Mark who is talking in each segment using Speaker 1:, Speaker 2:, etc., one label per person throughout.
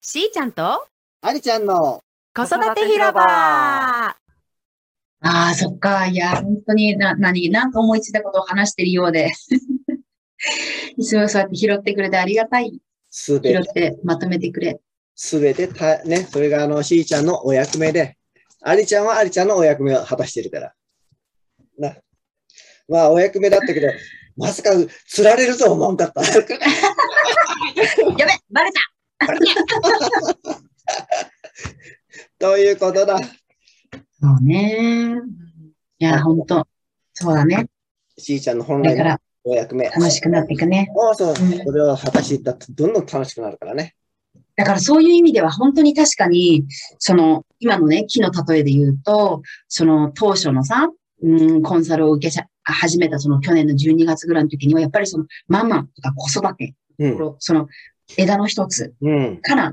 Speaker 1: ーちゃんと
Speaker 2: ありちゃんの。
Speaker 1: 子育て広場
Speaker 3: ああ、そっか。いや、本当にな、何、なんか思いついたことを話してるようで。 いつもそうやって拾ってくれてありがたい。
Speaker 2: すべ、
Speaker 3: 拾っててまとめてくれ。
Speaker 2: すべてた、ね、それがあの、しーちゃんのお役目で、ありちゃんはありちゃんのお役目を果たしてるから。な。まあ、お役目だったけど、 まさか、釣られるとは思わんかった。
Speaker 3: やべバレた
Speaker 2: ということだ。
Speaker 3: そうね。いや、本当そうだね。
Speaker 2: しーちゃんの本
Speaker 3: だ
Speaker 2: 来
Speaker 3: か
Speaker 2: の
Speaker 3: ら
Speaker 2: お役目。
Speaker 3: 楽しくなっていくね。
Speaker 2: そうそう。
Speaker 3: うん
Speaker 2: それを果たしていったって、どんどん楽しくなるからね。
Speaker 3: だからそういう意味では本当に確かに、その、今のね、木の例えで言うと、その当初のさ、うん、コンサルを受けしゃ始めたその去年の12月ぐらいの時には、やっぱりそのママとか子育て、
Speaker 2: うん。
Speaker 3: その枝の一つ
Speaker 2: うん。
Speaker 3: から、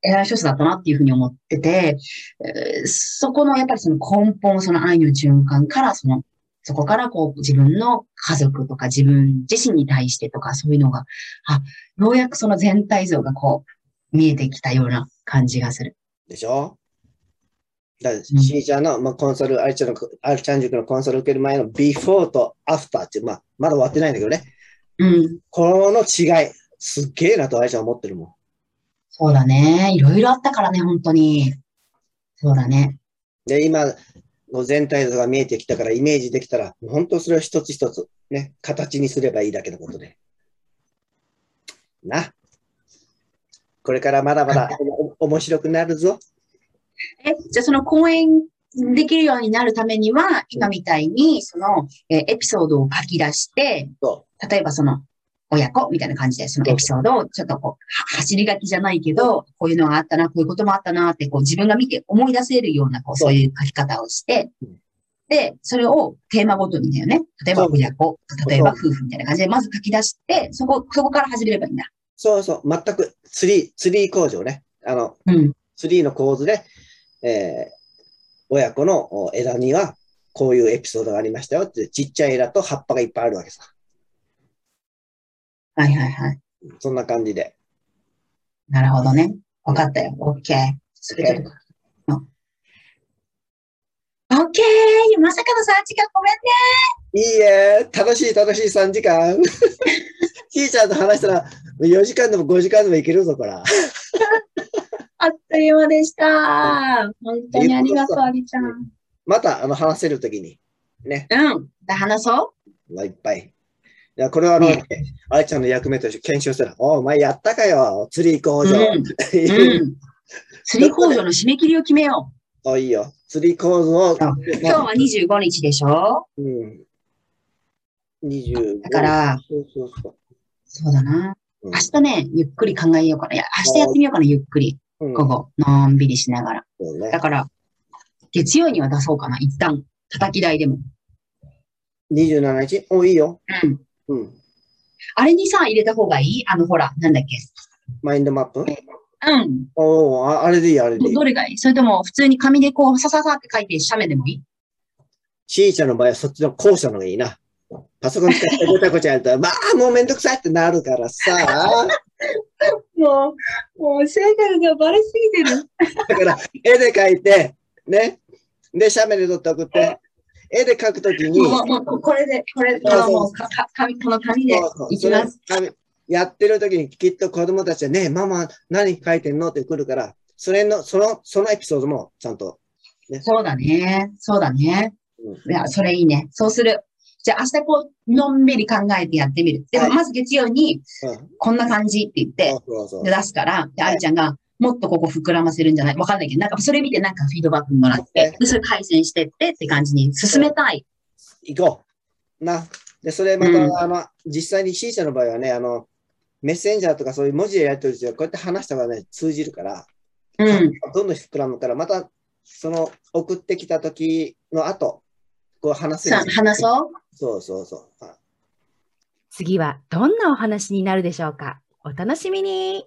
Speaker 3: 枝の一つだったなっていうふうに思ってて、えーそこのやっぱりその根本、その愛の循環から、その、そこからこう自分の家族とか自分自身に対してとかそういうのが、あ、ようやくその全体像がこう見えてきたような感じがする。
Speaker 2: でしょだから、
Speaker 3: うん
Speaker 2: しーちゃんの、まあ、コンサル、ありちゃんの、ありちゃん塾のコンサル受ける前のビフォーとアフターっていう、まあ、まだ終わってないんだけどね。
Speaker 3: うん。
Speaker 2: この違い、すっげえなとありちゃん思ってるもん。
Speaker 3: そうだね。いろいろあったからね、本当に。そうだね。
Speaker 2: で、今の全体像が見えてきたから、イメージできたら、もう本当それを一つ一つ、ね、形にすればいいだけのことで。な。これからまだまだお面白くなるぞ。
Speaker 3: え、じゃあその講演できるようになるためには、今みたいに、その、えーエピソードを書き出して
Speaker 2: そ、
Speaker 3: 例えばその、親子みたいな感じで、そのエピソードをちょっとこう、は走り書きじゃないけど、こういうのがあったな、こういうこともあったなって、こう自分が見て思い出せるような、こう、
Speaker 2: そう
Speaker 3: そういう書き方をして
Speaker 2: うん、
Speaker 3: で、それをテーマごとにだよね。例えば
Speaker 2: そう
Speaker 3: 親子、例えば
Speaker 2: そ
Speaker 3: 夫婦みたいな感じで、まず書き出して、そこ、そこから始めればいいんだ。
Speaker 2: そうそう、全くツリー、ツリー工場ね。あの、
Speaker 3: うん。
Speaker 2: ツリーの構図で、えー親子のお枝にはこういうエピソードがありましたよって、ちっちゃい枝と葉っぱがいっぱいあるわけさ。
Speaker 3: はいはいはい。
Speaker 2: そんな感じで。
Speaker 3: なるほどね。わかったよ。OK。それで。うん OK! まさかの3時間ごめ
Speaker 2: い
Speaker 3: んね。
Speaker 2: いえ、楽しい楽しい3時間。 ひーちゃんと話したら4時間でも5時間でもいけるぞ、こら。
Speaker 3: あっという間でした。本当にありがとう、ありちゃん。う
Speaker 2: またあの話せるときに、ね、
Speaker 3: ん。で話そう。
Speaker 2: まあいっぱい。いやこれはあの、
Speaker 3: ね
Speaker 2: あいちゃんの役目として検証したら、おうお前やったかよ、釣り工
Speaker 3: うん。
Speaker 2: 場。
Speaker 3: うん。釣り工場の締め切りを決めよ
Speaker 2: おいいよ、釣り工場を、
Speaker 3: う。うん今日は25日でしょ
Speaker 2: うん、25
Speaker 3: だから、
Speaker 2: そうそうそう。
Speaker 3: そうだな。
Speaker 2: うん
Speaker 3: 明日ね、ゆっくり考えようかな。いや、明日やってみようかな、ゆっくり。
Speaker 2: うん
Speaker 3: 午後。のんびりしながら。
Speaker 2: そうね
Speaker 3: だから、月曜には出そうかな、一旦。叩き台でも。
Speaker 2: 27日おいいよ。
Speaker 3: うん。
Speaker 2: うん。
Speaker 3: あれにさ、入れた方がいいあの、ほら、なんだっけ。
Speaker 2: マインドマップ
Speaker 3: うん。
Speaker 2: おおああれでいい、あれでいい
Speaker 3: ど。れがいいそれとも、普通に紙でこう、さささって書いて、写メでもいい
Speaker 2: しーちゃんの場合はそっちの後者の方がいいな。パソコン使ってごちゃごちゃやると、 まあもうめんどくさいってなるからさ。
Speaker 3: もう、もう、性格がバレすぎてる。
Speaker 2: だから、絵で描いて、ね。で、写メで撮って送って、絵で描くときに、
Speaker 3: もう、もう、これで、これ、こ
Speaker 2: そうそう
Speaker 3: の、もう、か、か、紙、この紙で
Speaker 2: そうそう
Speaker 3: いきます。。
Speaker 2: それやってるときにきっと子供たちはね、ママ何描いてんのって来るから、それの、その、そのエピソードもちゃんと。
Speaker 3: そうだね。そうだね。
Speaker 2: う
Speaker 3: いや、それいいね。そうする。じゃあ、明日こう、のんびり考えてやってみる。で
Speaker 2: は
Speaker 3: も、
Speaker 2: い
Speaker 3: まず月曜に、
Speaker 2: うん。そう
Speaker 3: こんな感じって言って、
Speaker 2: そうそう
Speaker 3: で。出すから、で、あいちゃんが、もっとここ膨らませるんじゃないわかんないけど、なんかそれ見てなんかフィードバックもらって、で、それ改善してってって感じに進めたい。
Speaker 2: 行こう。な。で、それまた、
Speaker 3: うん
Speaker 2: あの、実際に C 社の場合はね、あの、メッセンジャーとかそういう文字でやってる時は、こうやって話した方がね、通じるから、
Speaker 3: うん。
Speaker 2: どんどん膨らむから、また、その、送ってきた時の後、こう話せる
Speaker 3: さ。話そう。
Speaker 2: そうそうそう。あ
Speaker 1: 次はどんなお話になるでしょうかお楽しみに